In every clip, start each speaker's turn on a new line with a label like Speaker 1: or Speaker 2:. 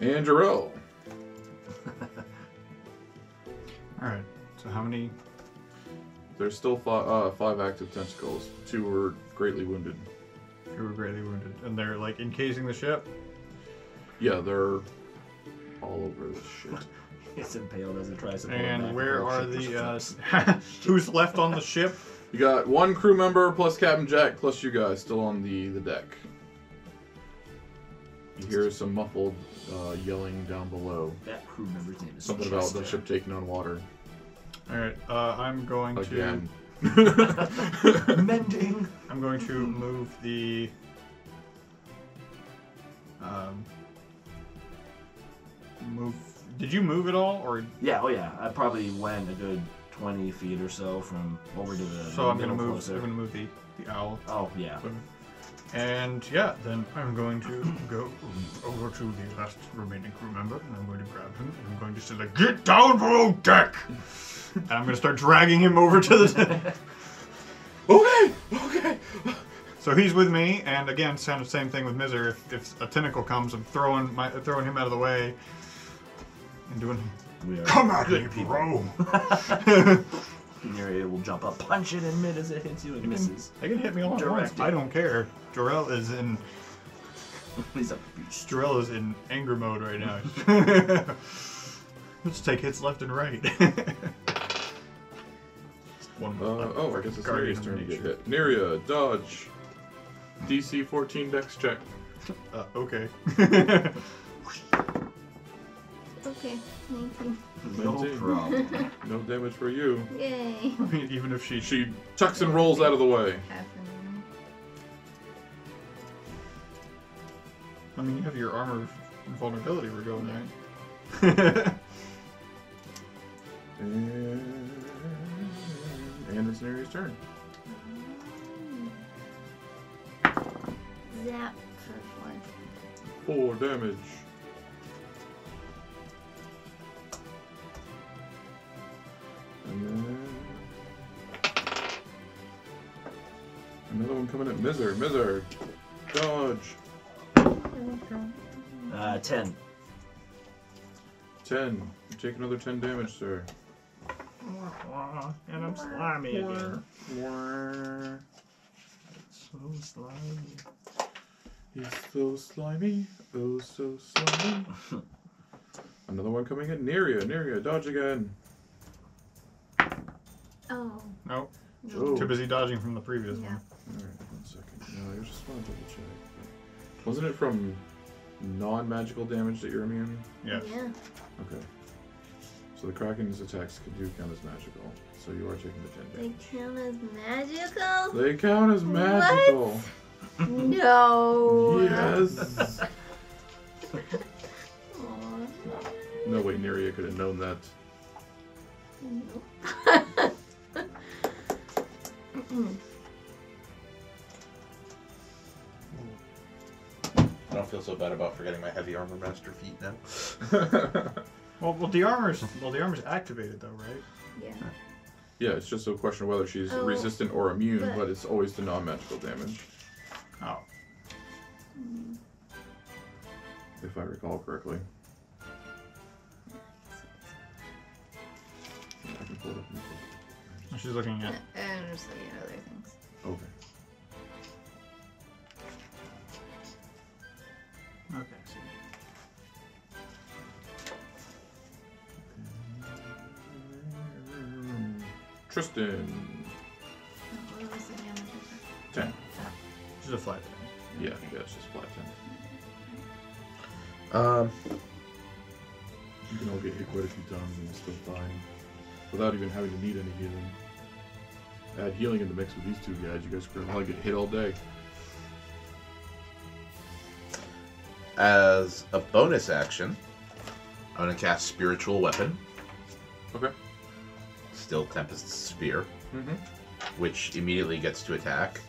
Speaker 1: And Jarrell.
Speaker 2: All right. So how many?
Speaker 1: There's still five, uh, five active tentacles. Two were greatly wounded.
Speaker 2: Who were greatly wounded, and they're like encasing the ship.
Speaker 1: Yeah, they're all over this shit.
Speaker 3: It's impaled as it tries to pull it back. Oh,
Speaker 2: And where are the? Uh, who's left on the ship?
Speaker 1: You got one crew member plus Captain Jack plus you guys still on the, the deck. You hear some muffled uh, yelling down below.
Speaker 3: That crew member's name is
Speaker 1: Something about the
Speaker 3: Chester.
Speaker 1: ship taking on water
Speaker 2: All right. Uh, I'm going
Speaker 1: again.
Speaker 3: Mending.
Speaker 2: to. I'm going to move the. Um. Move. Did you move at all, or
Speaker 3: Yeah, oh yeah. I probably went a good 20 feet or so from over to the.
Speaker 2: so? I'm gonna
Speaker 3: middle
Speaker 2: move.
Speaker 3: closer.
Speaker 2: I'm gonna move the the owl.
Speaker 3: Oh yeah.
Speaker 2: And yeah, then I'm going to go over to the last remaining crew member, and I'm going to grab him, and I'm going to say, like, "Get down below deck!" and I'm going to start dragging him over to the.
Speaker 1: okay, okay.
Speaker 2: so he's with me, and again, kind of same thing with Mizer. If, if a tentacle comes, I'm throwing my throwing him out of the way, and doing.
Speaker 3: We are
Speaker 2: Come at me, bro!
Speaker 3: Neria will jump up, punch it in mid as it hits you and misses.
Speaker 2: They can hit me all at once.
Speaker 3: Direct it.
Speaker 2: I don't care. Jorel is in
Speaker 3: He's a beast.
Speaker 2: Jarell is in anger mode right now. Let's take hits left and right. One
Speaker 1: Uh, oh, I guess it's
Speaker 2: Guardian
Speaker 1: Neria's
Speaker 2: of
Speaker 1: turn to get
Speaker 2: Nature.
Speaker 1: hit. Neria, dodge. DC 14 dex check.
Speaker 2: Uh, okay.
Speaker 4: Okay, thank you.
Speaker 3: No
Speaker 1: Nineteen.
Speaker 3: problem.
Speaker 1: No damage for you.
Speaker 4: Yay.
Speaker 2: Even if she, she
Speaker 1: She tucks and rolls out of the way.
Speaker 4: Half an
Speaker 2: I mean, you have your armor vulnerability we're going right.
Speaker 1: And, and it's Neria's turn.
Speaker 4: hour. Zap for four.
Speaker 1: Four damage. And then another one coming at Mizer. Mizer, dodge.
Speaker 3: uh, 10.
Speaker 1: Ten. You take another ten damage, sir.
Speaker 2: and I'm slimy again.
Speaker 1: Wah.
Speaker 3: So slimy.
Speaker 1: He's so slimy, oh so slimy. Another one coming at Neria. Neria, dodge again.
Speaker 4: Oh.
Speaker 2: Nope.
Speaker 1: Oh.
Speaker 2: Too busy dodging from the previous
Speaker 4: Yeah.
Speaker 2: one.
Speaker 1: Alright, one second. No, I just want to double check. Wasn't it from non-magical damage that you're immune?
Speaker 2: Yeah.
Speaker 4: Yeah.
Speaker 1: Okay. So the Kraken's attacks can do count as magical. So you are taking the 10
Speaker 4: They
Speaker 1: damage.
Speaker 4: count as magical?
Speaker 1: They count as magical!
Speaker 4: No.
Speaker 1: Yes!
Speaker 4: Aw.
Speaker 1: no way Neria could have known that.
Speaker 4: Nope. Mm-mm.
Speaker 5: I don't feel so bad about forgetting my heavy armor master feat now.
Speaker 2: Well, well, the armor's well, the armor's activated though, right?
Speaker 4: yeah.
Speaker 1: yeah, it's just a question of whether she's
Speaker 4: Oh,
Speaker 1: resistant or immune,
Speaker 4: but-
Speaker 1: but it's always to non-magical damage,
Speaker 2: Oh,
Speaker 1: if I recall correctly. I can pull it up. and-
Speaker 2: she's looking at.
Speaker 4: And just looking at other things.
Speaker 1: Okay.
Speaker 2: Okay.
Speaker 1: Tristan.
Speaker 4: Oh, what was the damage?
Speaker 1: Ten.
Speaker 2: She's a flat.
Speaker 1: Yeah, yeah, it's just flat ten.
Speaker 5: Um,
Speaker 1: You can all get hit quite a few times and still fine. Without even having to need any healing. Add healing in the mix with these two guys, you guys could probably get hit all day.
Speaker 5: as a bonus action, I'm gonna cast Spiritual Weapon,
Speaker 1: Okay.
Speaker 5: still Tempest's Spear,
Speaker 1: Mm-hmm.
Speaker 5: which immediately gets to attack.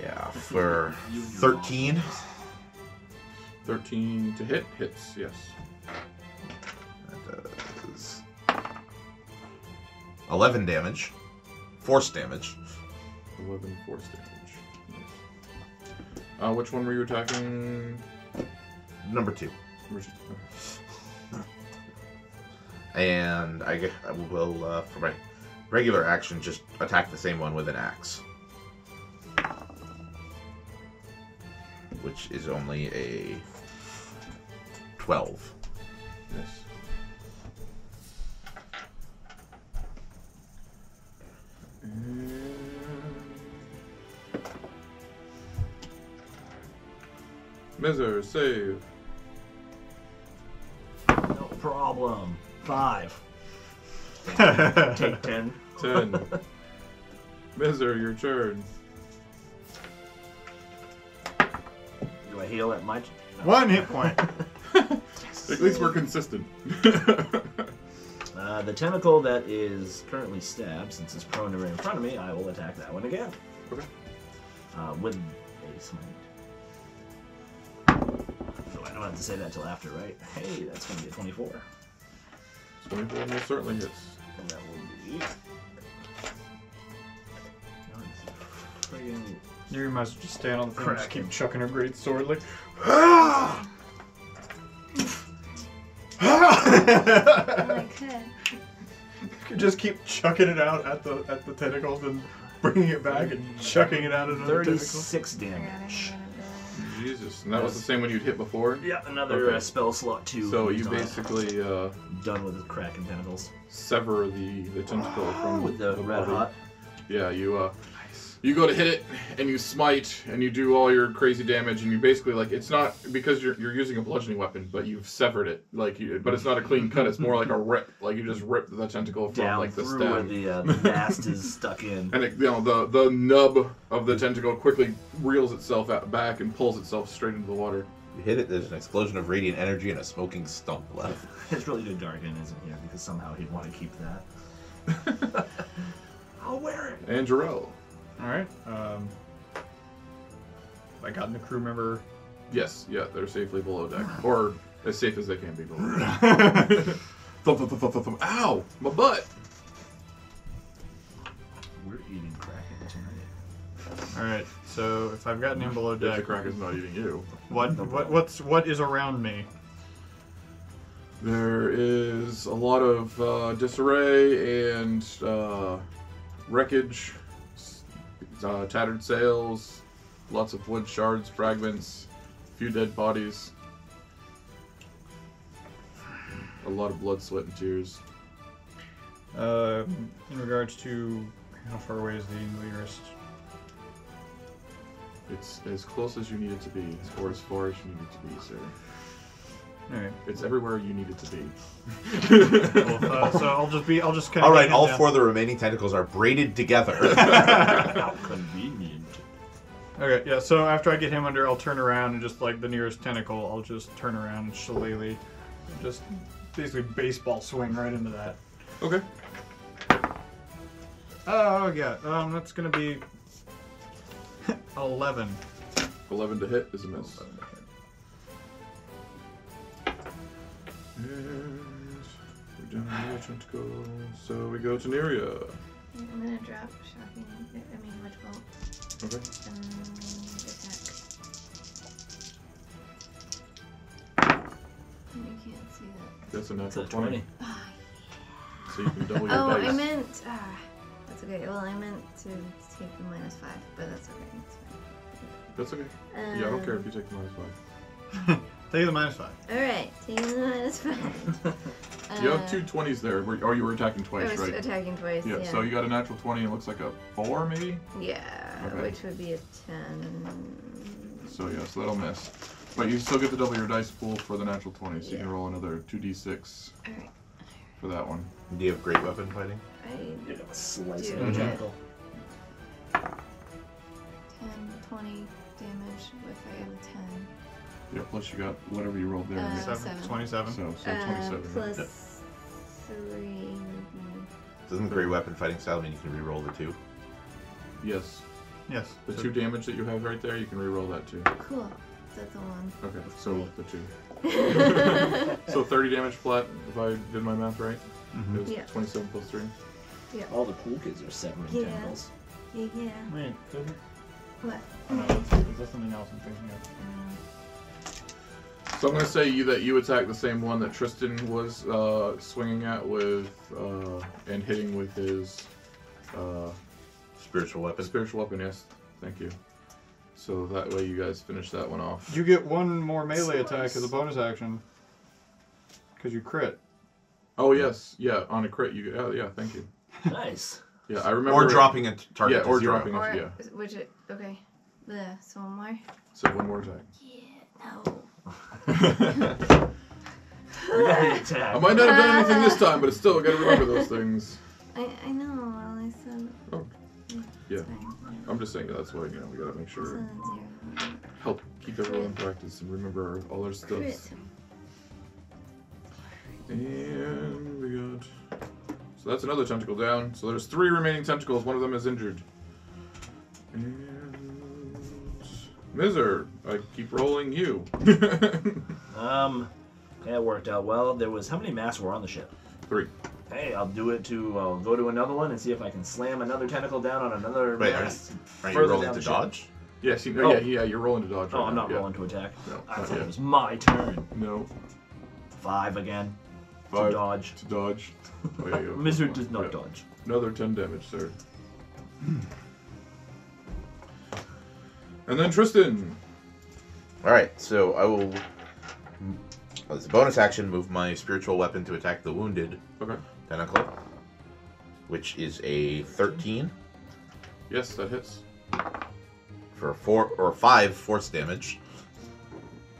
Speaker 5: Yeah, for
Speaker 3: You and your
Speaker 5: 13.
Speaker 1: Thirteen to hit hits, yes.
Speaker 5: That does 11 damage, force damage.
Speaker 1: Eleven force damage. Nice. Uh, which one were you attacking?
Speaker 5: Number two.
Speaker 1: Where's- oh,
Speaker 5: And I, gue- I will, uh, for my regular action, just attack the same one with an axe. Which is only a 12.
Speaker 1: Yes. Miser, save.
Speaker 3: No problem. Five. Take ten.
Speaker 1: 10. Miser, your turn.
Speaker 3: Do I heal at my? t- no.
Speaker 2: One hit point.
Speaker 1: At least we're consistent.
Speaker 3: Uh, the tentacle that is currently stabbed, since it's prone to right in front of me, I will attack that one again.
Speaker 1: Okay.
Speaker 3: Uh, with a smite. So I don't have to say that till after, right? Hey, that's going to be a 24.
Speaker 1: 24 most certainly hits.
Speaker 3: And that will be. No, it's friggin'
Speaker 2: You might as well just stand on the thing. Just keep chucking a great sword like.
Speaker 4: Oh, I could.
Speaker 2: just keep chucking it out at the at the tentacles and bringing it back and chucking it out at another tentacle.
Speaker 3: 36
Speaker 4: Forgot
Speaker 3: damage.
Speaker 4: everyone about
Speaker 1: Jesus. And that was the same one you'd hit before?
Speaker 3: Yeah, another
Speaker 1: Okay.
Speaker 3: uh, spell slot too.
Speaker 1: So you
Speaker 3: Done.
Speaker 1: basically uh,
Speaker 3: done with the cracking tentacles.
Speaker 1: sever the, the tentacle from
Speaker 3: with the, red
Speaker 1: body.
Speaker 3: hot.
Speaker 1: Yeah, you uh, you go to hit it and you smite and you do all your crazy damage and you basically like it's not because you're you're using a bludgeoning weapon, but you've severed it like you, but it's not a clean cut. It's more like a rip, like you just ripped the tentacle from
Speaker 3: Down
Speaker 1: like the
Speaker 3: through where
Speaker 1: stem.
Speaker 3: the uh, mast is stuck in.
Speaker 1: and it, you know the the nub of the tentacle quickly reels itself out back and pulls itself straight into the water.
Speaker 5: You hit it, there's an explosion of radiant energy and a smoking stump left.
Speaker 3: It's really good Dargan isn't here because somehow he'd want to keep that. I'll wear it.
Speaker 1: And Jarrell,
Speaker 2: All right. Um, I got the crew member.
Speaker 1: yes, yeah, they're safely below deck or as safe as they can be below. Deck. Thump, thump, thump, thump, thump, thump. Ow, my butt.
Speaker 3: We're eating Kraken tonight.
Speaker 2: All right. So if I've gotten him below
Speaker 1: Yeah, the
Speaker 2: deck,
Speaker 1: kraken's not eating you.
Speaker 2: what what what's what is around me?
Speaker 1: There is a lot of uh, disarray and uh, wreckage, s- uh, tattered sails, lots of wood shards, fragments, a few dead bodies, a lot of blood, sweat, and tears.
Speaker 2: Uh, in regards to how far away is the nearest?
Speaker 1: It's as close as you need it to be, or as far as you need it to be, sir.
Speaker 2: All right.
Speaker 1: It's everywhere you need it to be.
Speaker 2: Well, uh, so I'll just be I'll just kind of.
Speaker 5: All right, all four of the remaining tentacles are braided together.
Speaker 3: How convenient.
Speaker 2: Okay, yeah, so after I get him under, I'll turn around and just like the nearest tentacle, I'll just turn around and shillelagh. Just basically baseball swing right into that.
Speaker 1: Okay.
Speaker 2: Oh, yeah, um, that's gonna be 11.
Speaker 1: 11 to hit is a miss. And we're down to Neria Tentacle. So we go to Neria.
Speaker 4: it. I'm gonna drop shocking. I mean, much bolt.
Speaker 1: Okay.
Speaker 4: Um, attack. Oh, You can't see that.
Speaker 1: That's a
Speaker 3: That's a
Speaker 1: natural 20.
Speaker 3: 20.
Speaker 1: So you can double your
Speaker 4: Oh,
Speaker 1: dice.
Speaker 4: I meant. Uh, that's okay. Well, I meant to take the minus five, but that's okay. It's fine.
Speaker 1: That's okay.
Speaker 4: Um,
Speaker 1: Yeah, I don't care if you take the minus five.
Speaker 2: Take the minus
Speaker 3: Uh,
Speaker 2: 5.
Speaker 4: All right, Um, taking the minus five.
Speaker 1: You
Speaker 4: Uh,
Speaker 1: have two 20s there. where- Oh, you were attacking
Speaker 4: I
Speaker 1: twice,
Speaker 4: was
Speaker 1: right?
Speaker 4: attacking twice.
Speaker 1: yeah,
Speaker 4: Yeah.
Speaker 1: so you got a natural 20. It looks like a 4, maybe?
Speaker 4: Yeah,
Speaker 1: Okay.
Speaker 4: which would be a ten.
Speaker 1: So, yeah, so that'll miss. But you still get to double your dice pool for the natural 20, so you can
Speaker 4: Yeah.
Speaker 1: roll another 2d6
Speaker 4: All right,
Speaker 1: for that one.
Speaker 5: Do you have great weapon fighting?
Speaker 4: I
Speaker 3: You're gonna slice
Speaker 4: Dude.
Speaker 3: it in
Speaker 4: Mhm.
Speaker 3: the tentacle.
Speaker 4: 10, 20 damage if I have a
Speaker 1: Yeah, plus you got whatever you rolled there.
Speaker 4: Uh,
Speaker 1: you-
Speaker 4: seven. Uh,
Speaker 2: 27.
Speaker 1: So, so
Speaker 4: 10.
Speaker 1: 27.
Speaker 4: plus
Speaker 1: Yeah.
Speaker 4: 3 would be.
Speaker 5: Doesn't great weapon fighting style mean you can reroll the two?
Speaker 1: Yes.
Speaker 2: Yes.
Speaker 1: The
Speaker 2: so-
Speaker 1: two damage that you have right there, you can reroll that too.
Speaker 4: Cool. That's a 1.
Speaker 1: Okay, so the two. so 30 damage flat, if I did my math right. It was
Speaker 4: Yeah.
Speaker 1: 27 plus 3.
Speaker 3: All the cool kids are severing
Speaker 4: Yeah.
Speaker 3: tentacles.
Speaker 4: Yeah, yeah.
Speaker 2: Wait, doesn't-
Speaker 4: What?
Speaker 6: Oh,
Speaker 1: Uh-huh.
Speaker 6: no, that's, is that something else I'm thinking of?
Speaker 1: So I'm gonna say you that you attack the same one that Tristan was uh, swinging at with uh, and hitting with his uh,
Speaker 5: Spiritual weapon.
Speaker 1: spiritual weapon. Yes, thank you. So that way you guys finish that one off.
Speaker 2: You get one more melee attack as a bonus action. Because you crit.
Speaker 1: Oh yes, yeah, on a crit. You oh, yeah, thank you.
Speaker 3: Nice.
Speaker 1: Yeah, I remember.
Speaker 5: Or dropping a t- target.
Speaker 1: Yeah,
Speaker 5: to
Speaker 1: or
Speaker 5: zero.
Speaker 1: dropping.
Speaker 4: Or,
Speaker 1: Yeah.
Speaker 4: Which it, okay. The, so one more?
Speaker 1: So one more attack.
Speaker 4: Yeah, no.
Speaker 3: We got the
Speaker 1: I
Speaker 3: attack.
Speaker 1: might not have done anything this time, but it's still I gotta remember those things.
Speaker 4: I, I know, well, I said.
Speaker 1: Oh, yeah. Uh, I'm just saying that's why you know we gotta make
Speaker 4: So
Speaker 1: sure
Speaker 4: that's zero.
Speaker 1: help keep everyone practice and remember all our stuff.
Speaker 4: Crit.
Speaker 1: And we got. So that's another tentacle down. So there's three remaining tentacles. One of them is injured. And. Mizer, I keep rolling you.
Speaker 3: Um, that worked out well. There was how many masks were on the ship?
Speaker 1: three.
Speaker 3: Hey, I'll do it to. I'll go to another one and see if I can slam another tentacle down on another
Speaker 5: Wait, are you,
Speaker 3: mask.
Speaker 5: are you
Speaker 3: Further
Speaker 5: rolling
Speaker 3: down
Speaker 5: to
Speaker 3: the ship.
Speaker 5: dodge?
Speaker 1: Yes, you,
Speaker 3: Oh.
Speaker 1: yeah, yeah, you're rolling to dodge.
Speaker 3: Oh,
Speaker 1: right
Speaker 3: I'm
Speaker 1: now,
Speaker 3: not
Speaker 1: yeah.
Speaker 3: rolling to attack.
Speaker 1: No,
Speaker 3: I
Speaker 1: not
Speaker 3: thought
Speaker 1: yet.
Speaker 3: it was my turn.
Speaker 1: No.
Speaker 3: Five again
Speaker 1: Five.
Speaker 3: to dodge.
Speaker 1: To dodge. Oh, yeah, you-
Speaker 3: Misery does not
Speaker 1: yeah.
Speaker 3: dodge.
Speaker 1: Another 10 damage, sir. and then Tristan.
Speaker 5: All right, so I will. As a bonus action, move my spiritual weapon to attack the wounded
Speaker 1: Okay.
Speaker 5: tentacle, which is a thirteen
Speaker 1: Yes, that hits.
Speaker 5: for four or five force damage.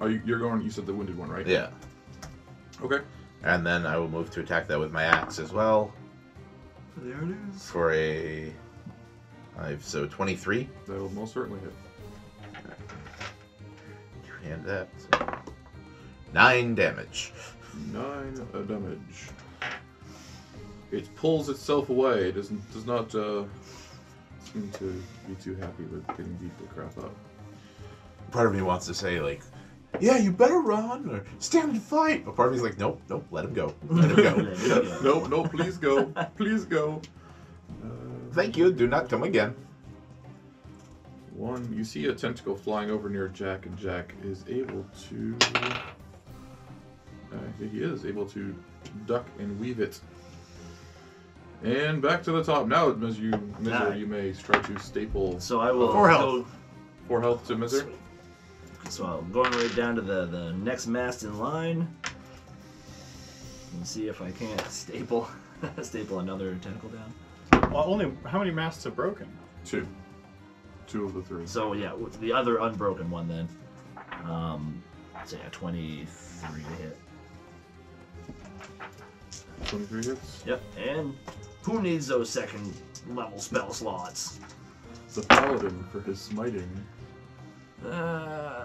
Speaker 1: Oh, you, you're going, you said the wounded one, right?
Speaker 5: Yeah,
Speaker 1: Okay.
Speaker 5: and then I will move to attack that with my axe as well
Speaker 3: There it is.
Speaker 5: for a. I've so twenty-three,
Speaker 1: That'll most certainly hit.
Speaker 5: and that nine damage.
Speaker 1: Nine uh, damage. It pulls itself away. It doesn't does not uh, seem to be too happy with getting beat the crap up.
Speaker 5: Part of me wants to say like, "Yeah, you better run or stand and fight," but part of me's like, "Nope, nope, let him go, let him
Speaker 3: There
Speaker 5: go."
Speaker 3: you go.
Speaker 1: No, no, please go, please go. Uh,
Speaker 5: Thank you. Do not come again.
Speaker 1: One, you see a tentacle flying over near Jack, and Jack is able to. Uh, he is able to duck and weave it. And back to the top now, Miz. You, Mizer,
Speaker 3: Nice.
Speaker 1: you may try to staple
Speaker 3: So I will
Speaker 2: For
Speaker 3: go.
Speaker 2: health.
Speaker 1: four health to Mizer.
Speaker 3: So I'm going right down to the, the next mast in line. And see if I can't staple staple another tentacle down.
Speaker 2: Well, only how many masts are broken?
Speaker 1: Two, two of the three.
Speaker 3: So yeah, with the other unbroken one then. Um, so yeah, 23 to hit.
Speaker 1: 23 hits.
Speaker 3: Yep, and who needs those second level spell slots?
Speaker 1: The paladin for his smiting.
Speaker 3: Uh,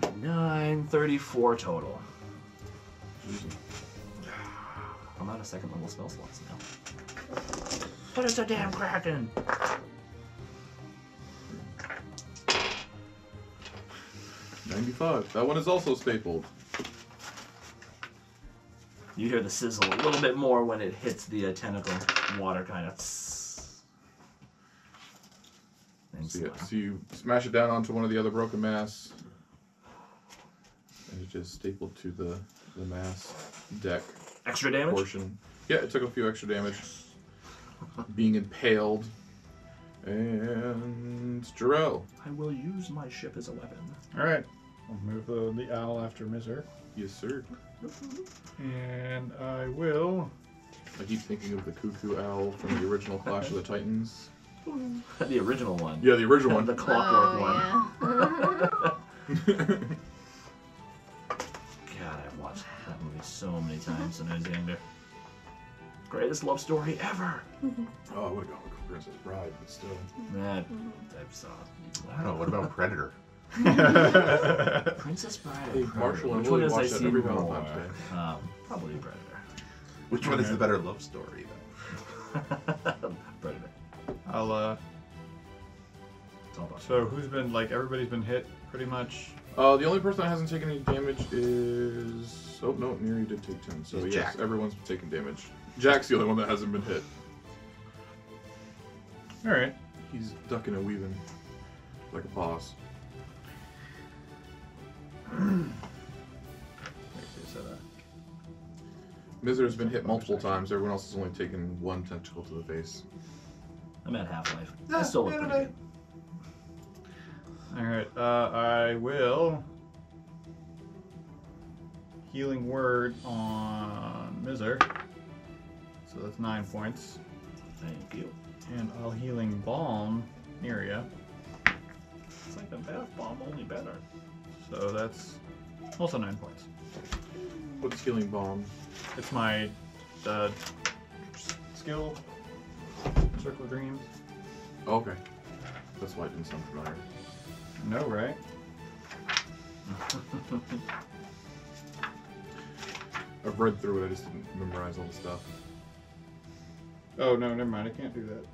Speaker 3: 29, 34 total. I'm out of second level spell slots now. But it's a damn kraken!
Speaker 1: Ninety-five. That one is also stapled.
Speaker 3: You hear the sizzle a little bit more when it hits the uh, tentacle. Water kind of. And
Speaker 1: So, yeah,
Speaker 3: slide.
Speaker 1: so you smash it down onto one of the other broken masts, and it is stapled to the the mast deck
Speaker 3: Extra damage?
Speaker 1: portion. Yeah, it took a few extra damage, being impaled. And Jarrell,
Speaker 3: I will use my ship as a weapon.
Speaker 2: Alright. I'll move the, the owl after Mizer.
Speaker 1: yes sir.
Speaker 2: And I will.
Speaker 1: I keep thinking of the cuckoo owl from the original Clash of the Titans.
Speaker 3: the original one.
Speaker 1: Yeah, the original one.
Speaker 3: The Oh, clockwork one.
Speaker 4: Oh, yeah.
Speaker 3: God, I've watched that movie so many times when I was younger. Greatest love story ever.
Speaker 1: Oh, I would have gone with Princess Bride, but still.
Speaker 3: That
Speaker 4: Mm-hmm.
Speaker 3: I saw.
Speaker 5: I don't know. What about Predator?
Speaker 3: Princess Bride?
Speaker 1: Hey,
Speaker 3: Or Predator?
Speaker 1: Marshall and
Speaker 3: Which one
Speaker 1: Willie
Speaker 3: has I
Speaker 1: watch that
Speaker 3: seen
Speaker 1: every
Speaker 3: more?
Speaker 1: Valentine's
Speaker 3: Um, probably Predator.
Speaker 5: Which one is the better love story? Though?
Speaker 3: Predator.
Speaker 2: I'll, uh.
Speaker 3: It's all about.
Speaker 2: So who's been, like, everybody's been hit pretty much.
Speaker 1: Uh, the only person that hasn't taken any damage is. Oh, no, Neri did take 10. So,
Speaker 5: Is
Speaker 1: yes,
Speaker 5: Jack.
Speaker 1: everyone's taken damage. Jack's the only one that hasn't been hit.
Speaker 2: All right.
Speaker 1: He's ducking and weaving like a boss.
Speaker 3: Actually, so that-
Speaker 1: Miser's been hit multiple times. Everyone else has only taken one tentacle to the face.
Speaker 3: I'm at half life.
Speaker 2: Yeah,
Speaker 3: I still look
Speaker 2: yeah,
Speaker 3: pretty
Speaker 2: no, no.
Speaker 3: good.
Speaker 2: All right. Uh, I will healing word on Mizer. So that's nine points,
Speaker 3: Thank you.
Speaker 2: and I'll healing balm Neria.
Speaker 3: It's like a bath bomb, only better.
Speaker 2: So that's also nine points.
Speaker 1: What's healing bomb?
Speaker 2: It's my uh, s- skill, Circle of Dreams.
Speaker 1: Oh, okay. That's why it didn't sound familiar.
Speaker 2: No, right?
Speaker 1: I've read through it, I just didn't memorize all the stuff.
Speaker 2: Oh no, never mind. I can't do that.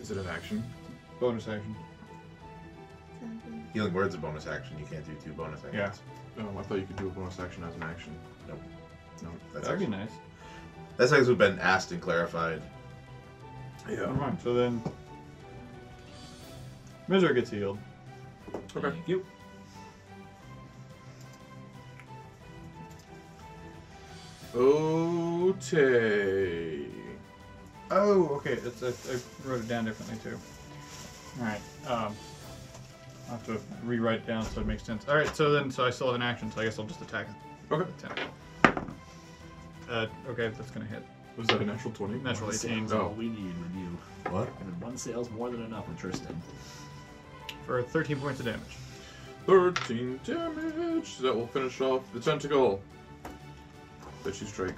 Speaker 1: Is it an action?
Speaker 2: Bonus action.
Speaker 5: Healing word's a bonus action. You can't do two bonus actions.
Speaker 2: Yeah.
Speaker 1: Oh, I thought you could do a bonus action as an action.
Speaker 5: Nope.
Speaker 1: No.
Speaker 5: That's
Speaker 2: That'd be
Speaker 5: actually,
Speaker 2: nice.
Speaker 5: that's actually been asked and clarified.
Speaker 2: Never mind. So then, Mizer gets healed.
Speaker 1: Okay.
Speaker 3: Thank you.
Speaker 1: Okay.
Speaker 2: Oh, okay. It's, I, I wrote it down differently too. All right. Um, I'll have to rewrite it down so it makes sense. All right. So then, so I still have an action. So I guess I'll just attack.
Speaker 1: Okay.
Speaker 2: Ten. Uh, okay, that's gonna hit.
Speaker 1: Was that a natural 20?
Speaker 2: Natural eighteen
Speaker 1: Oh.
Speaker 3: all we need with you.
Speaker 5: What?
Speaker 3: And one sale's more than enough with Tristan.
Speaker 2: for thirteen points of damage.
Speaker 1: 13 damage. That will finish off the tentacle that you strike.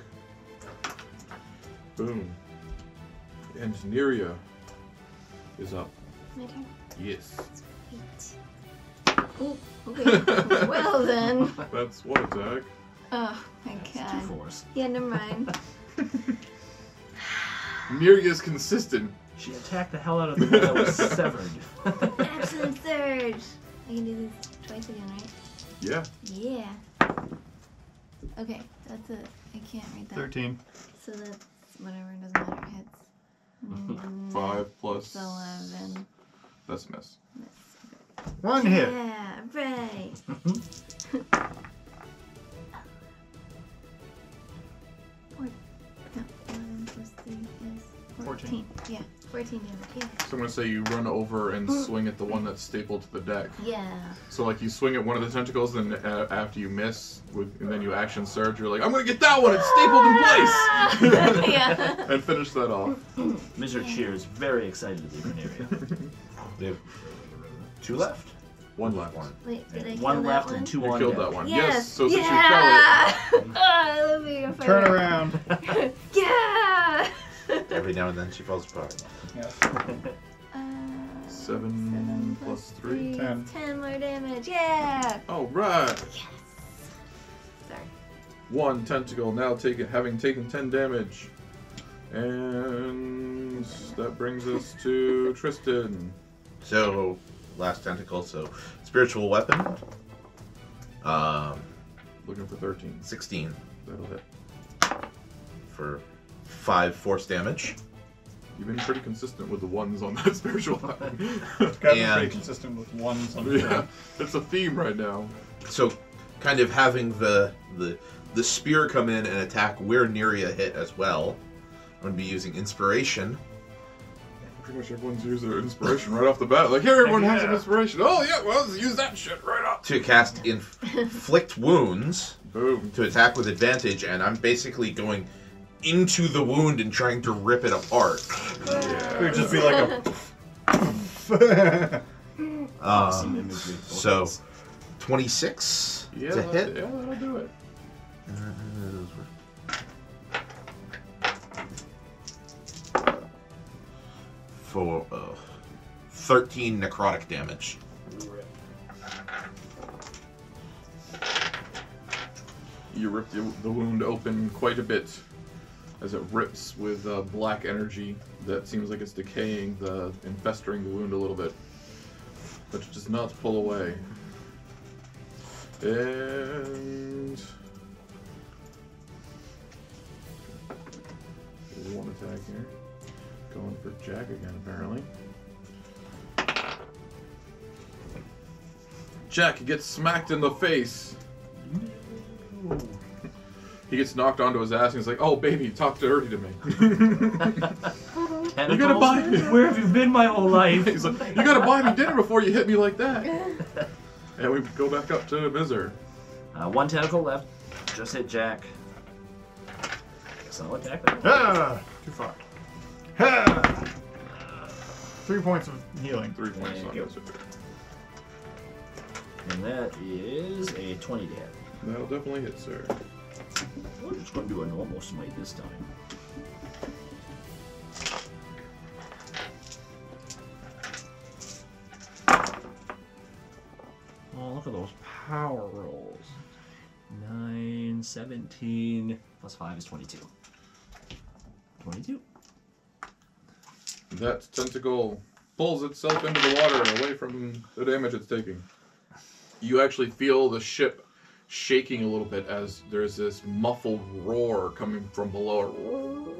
Speaker 1: Boom. And Neria is up.
Speaker 4: My turn.
Speaker 1: Yes.
Speaker 4: Wait. Ooh, okay. well then.
Speaker 1: That's one attack.
Speaker 4: Oh my
Speaker 3: That's two
Speaker 4: god.
Speaker 3: fours.
Speaker 4: Yeah, never mind.
Speaker 1: Neria is consistent.
Speaker 3: She attacked the hell out of the one that was severed.
Speaker 4: Absolute surge. I can do this twice again, right?
Speaker 1: Yeah.
Speaker 4: Yeah. Okay, that's it. I can't read that.
Speaker 2: Thirteen.
Speaker 4: So that's whatever. Doesn't matter. Hits. Mm,
Speaker 1: Five plus.
Speaker 4: It's eleven.
Speaker 1: That's a miss.
Speaker 4: That's-
Speaker 2: One hit. Mm-hmm.
Speaker 4: Yeah, right. Four. No, eleven plus three is
Speaker 2: Fourteen.
Speaker 4: fourteen. Yeah, fourteen damage.
Speaker 1: So I'm gonna say you run over and swing at the one that's stapled to the deck.
Speaker 4: Yeah. Yeah.
Speaker 1: So like you swing at one of the tentacles, then uh, after you miss, with, and then you action surge. You're like, I'm gonna get that one. It's stapled in place.
Speaker 4: yeah.
Speaker 1: and finish that off.
Speaker 3: Miser cheers, very excited to be Cornelia.
Speaker 5: They have two left.
Speaker 1: One left. One.
Speaker 4: Wait, did I
Speaker 3: And
Speaker 4: kill
Speaker 3: one
Speaker 4: that
Speaker 3: left
Speaker 4: one?
Speaker 3: and two
Speaker 1: You
Speaker 3: on
Speaker 1: killed
Speaker 3: deck.
Speaker 1: that one.
Speaker 4: Yes.
Speaker 1: Yes. So since you
Speaker 4: yeah. you I love being a
Speaker 2: Turn
Speaker 4: fighter.
Speaker 2: around.
Speaker 4: yeah.
Speaker 5: Every now and then she falls apart.
Speaker 4: Uh,
Speaker 1: Seven plus three.
Speaker 4: is
Speaker 2: Ten.
Speaker 4: Ten more damage. Yeah.
Speaker 1: fell it. All right.
Speaker 4: Sorry.
Speaker 1: One tentacle now taken, having taken ten damage, and that brings us to Tristan.
Speaker 5: So, last tentacle. So, spiritual weapon. Um,
Speaker 1: Looking for thirteen.
Speaker 5: sixteen
Speaker 1: That'll hit.
Speaker 5: for five force damage.
Speaker 1: You've been pretty consistent with the ones on that spiritual weapon.
Speaker 2: Got
Speaker 5: And-
Speaker 2: pretty consistent with ones on the
Speaker 1: yeah, it's a theme right now.
Speaker 5: So, kind of having the the the spear come in and attack where Neria hit as well. I'm gonna be using inspiration.
Speaker 1: Pretty much everyone's used their inspiration right off the bat. Like, here, everyone has an
Speaker 2: Yeah.
Speaker 1: inspiration. Oh, yeah, well, let's use that shit right up.
Speaker 5: to cast inflict wounds
Speaker 1: Boom.
Speaker 5: to attack with advantage, and I'm basically going into the wound and trying to rip it apart.
Speaker 2: It would just be like a.
Speaker 3: Some
Speaker 5: Um,
Speaker 3: imagery.
Speaker 5: so 26
Speaker 1: Yeah,
Speaker 5: to
Speaker 1: that-
Speaker 5: hit.
Speaker 1: yeah, that'll do it.
Speaker 5: For uh, 13 necrotic damage.
Speaker 1: You rip the, the wound open quite a bit as it rips with uh, black energy that seems like it's decaying the and festering the wound a little bit, but it does not pull away. And one attack here, going for Jack again apparently. Jack gets smacked in the face. He gets knocked onto his ass and he's like, "Oh, baby, talk dirty to me."
Speaker 3: Tentacles?
Speaker 1: You gotta buy me.
Speaker 3: Where have you been my whole life?
Speaker 1: He's like, "You gotta buy me dinner before you hit me like that." And we go back up to Mizer.
Speaker 3: Uh, one tentacle left. Just hit Jack. Guess I'll attack that one.
Speaker 2: Ah, too far. Ah. Three points of healing.
Speaker 1: Three points on
Speaker 3: Thank you.
Speaker 1: Mizer.
Speaker 3: And that is a 20 to hit.
Speaker 1: That'll definitely hit, sir.
Speaker 3: We're just gonna do a normal smite this time. Oh, look at those power rolls. 9, 17, plus 5 is 22. 22.
Speaker 1: That tentacle pulls itself into the water away from the damage it's taking. You actually feel the ship shaking a little bit as there's this muffled roar coming from below.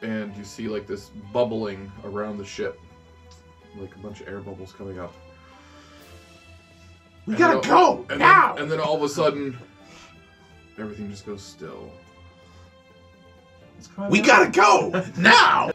Speaker 1: And you see like this bubbling around the ship, like a bunch of air bubbles coming up.
Speaker 2: We
Speaker 1: And
Speaker 2: gotta
Speaker 1: then-
Speaker 2: go
Speaker 1: and
Speaker 2: now.
Speaker 1: Then, and then all of a sudden, everything just goes still.
Speaker 5: We gotta go now.